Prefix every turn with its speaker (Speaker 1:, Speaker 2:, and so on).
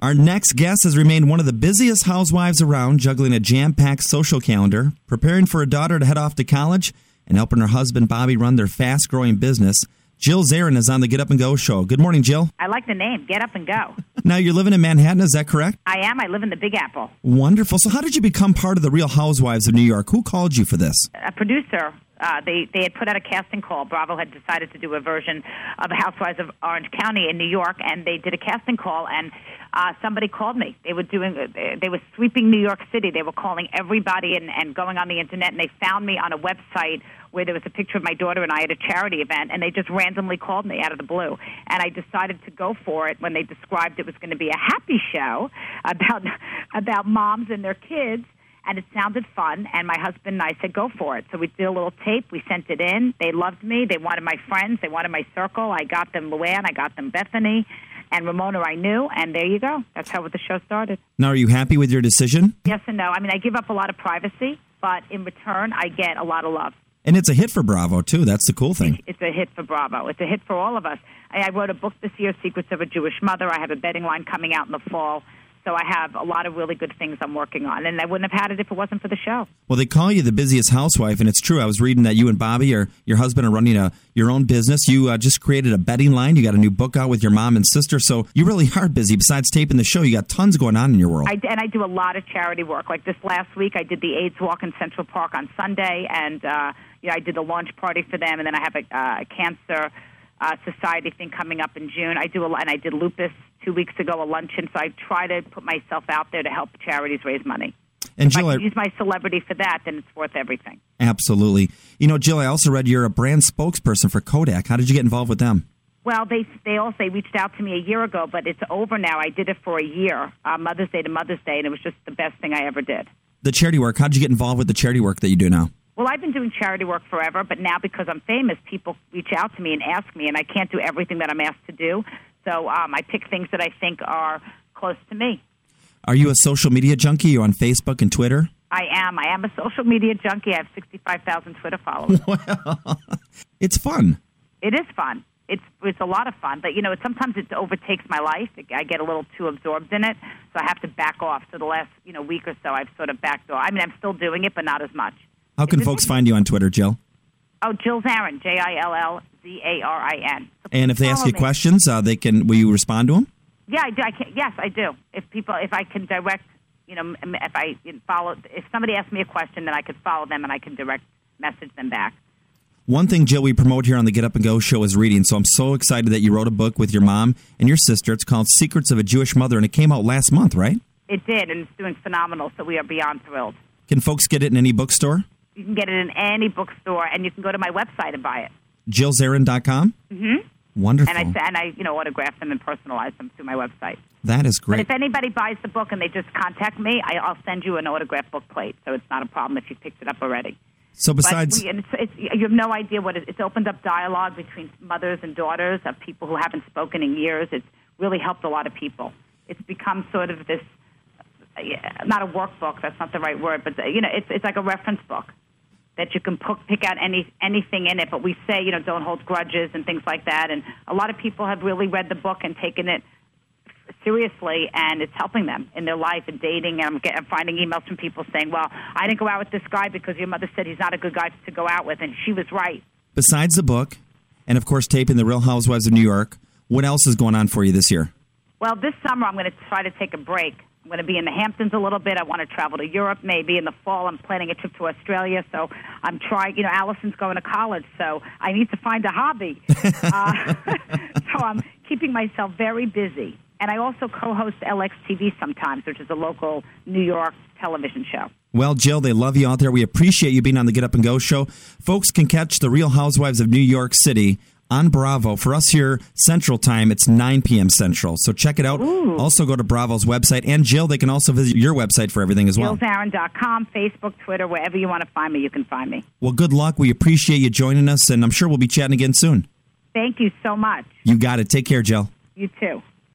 Speaker 1: Our next guest has remained one of the busiest housewives around, juggling a jam packed social calendar, preparing for a daughter to head off to college, and helping her husband Bobby run their fast growing business. Jill Zarin is on the Get Up and Go show. Good morning, Jill.
Speaker 2: I like the name, Get Up and Go.
Speaker 1: Now, you're living in Manhattan, is that correct?
Speaker 2: I am. I live in the Big Apple.
Speaker 1: Wonderful. So, how did you become part of the Real Housewives of New York? Who called you for this?
Speaker 2: A producer. Uh, they they had put out a casting call. Bravo had decided to do a version of Housewives of Orange County in New York, and they did a casting call. And uh, somebody called me. They were doing uh, they were sweeping New York City. They were calling everybody and, and going on the internet, and they found me on a website where there was a picture of my daughter and I at a charity event, and they just randomly called me out of the blue. And I decided to go for it when they described it was going to be a happy show about about moms and their kids. And it sounded fun, and my husband and I said, go for it. So we did a little tape. We sent it in. They loved me. They wanted my friends. They wanted my circle. I got them Luann. I got them Bethany. And Ramona, I knew. And there you go. That's how the show started.
Speaker 1: Now, are you happy with your decision?
Speaker 2: Yes and no. I mean, I give up a lot of privacy, but in return, I get a lot of love.
Speaker 1: And it's a hit for Bravo, too. That's the cool thing.
Speaker 2: It's a hit for Bravo. It's a hit for all of us. I, I wrote a book this year, Secrets of a Jewish Mother. I have a betting line coming out in the fall. So I have a lot of really good things I'm working on. And I wouldn't have had it if it wasn't for the show.
Speaker 1: Well, they call you the busiest housewife, and it's true. I was reading that you and Bobby, or your husband, are running a, your own business. You uh, just created a betting line. You got a new book out with your mom and sister. So you really are busy. Besides taping the show, you got tons going on in your world.
Speaker 2: I, and I do a lot of charity work. Like this last week, I did the AIDS walk in Central Park on Sunday, and uh, you know, I did the launch party for them, and then I have a uh, cancer uh, society thing coming up in June. I do a lot, and I did lupus two weeks ago, a luncheon. So I try to put myself out there to help charities raise money.
Speaker 1: and
Speaker 2: If I
Speaker 1: Jill, I-
Speaker 2: can use my celebrity for that, then it's worth everything.
Speaker 1: absolutely. You know, Jill, I also read you're a brand spokesperson for Kodak. How did you get involved with them?
Speaker 2: Well, they they all they reached out to me a year ago, but it's over now. I did it for a year, uh, Mother's Day to Mother's Day, and it was just the best thing I ever did.
Speaker 1: The charity work. How did you get involved with the charity work that you do now?
Speaker 2: Well, I've been doing charity work forever, but now because I'm famous, people reach out to me and ask me, and I can't do everything that I'm asked to do. So um, I pick things that I think are close to me.
Speaker 1: Are you a social media junkie? You on Facebook and Twitter?
Speaker 2: I am. I am a social media junkie. I have 65,000 Twitter followers.
Speaker 1: It's fun.
Speaker 2: it is fun. It's it's a lot of fun, but you know, it, sometimes it overtakes my life. I get a little too absorbed in it, so I have to back off. So the last you know week or so, I've sort of backed off. I mean, I'm still doing it, but not as much.
Speaker 1: How can folks find you on Twitter, Jill?
Speaker 2: Oh, Jill Zarin, J I L L Z A R I N. So
Speaker 1: And if they
Speaker 2: follow
Speaker 1: ask you
Speaker 2: me.
Speaker 1: questions, uh, they can. Will you respond to them?
Speaker 2: yeah, I do. I can, yes, I do. If people, if I can direct, you know, m- if I follow, if somebody asks me a question, then I could follow them and I can direct message them back.
Speaker 1: One thing, Jill, we promote here on the Get Up and Go show is reading. So I'm so excited that you wrote a book with your mom and your sister. It's called Secrets of a Jewish Mother, and it came out last month, right?
Speaker 2: It did, and it's doing phenomenal. So we are beyond thrilled.
Speaker 1: Can folks get it in any bookstore?
Speaker 2: You can get it in any bookstore, and you can go to my website and buy it.
Speaker 1: JillZarin.com? Mm-hmm. Wonderful.
Speaker 2: And I and I you know autograph them and personalize them through my website.
Speaker 1: that is
Speaker 2: But
Speaker 1: great.
Speaker 2: if anybody buys the book and they just contact me, I, I'll send you an autograph book plate. So it's not a problem if you picked it up already.
Speaker 1: so
Speaker 2: But
Speaker 1: besides,
Speaker 2: we, and it's, it's, you have no idea what it, it's opened up dialogue between mothers and daughters of people who haven't spoken in years. It's really helped a lot of people. It's become sort of this, uh, yeah, not a workbook. That's not the right word, but uh, you know, it's it's like a reference book that you can pick, pick out any anything in it. But we say you know don't hold grudges and things like that. And a lot of people have really read the book and taken it seriously and it's helping them in their life and dating and I'm, get, I'm finding emails from people saying well i didn't go out with this guy because your mother said he's not a good guy to go out with and she was right
Speaker 1: besides the book, and of course, taping The Real Housewives of New York, what else is going on for you this year?
Speaker 2: well this summer i'm going to try to take a break i'm going to be in the hamptons a little bit i want to travel to europe maybe in the fall i'm planning a trip to australia so i'm trying you know allison's going to college so i need to find a hobby uh, so i'm keeping myself very busy and i also co-host lxtv sometimes which is a local new york television show
Speaker 1: Well, Jill, they love you out there. We appreciate you being on the Get Up and Go show. Folks can catch The Real Housewives of New York City on Bravo. For us here, Central Time, it's 9 p.m. Central. So check it out. Also, go to Bravo's website. And Jill, they can also visit your website for everything as well.
Speaker 2: JillZarin.com, Facebook, Twitter, wherever you want to find me, you can find me.
Speaker 1: Well, good luck. We appreciate you joining us, and I'm sure we'll be chatting again soon.
Speaker 2: Thank you so much.
Speaker 1: You got it. Take care, Jill.
Speaker 2: You too.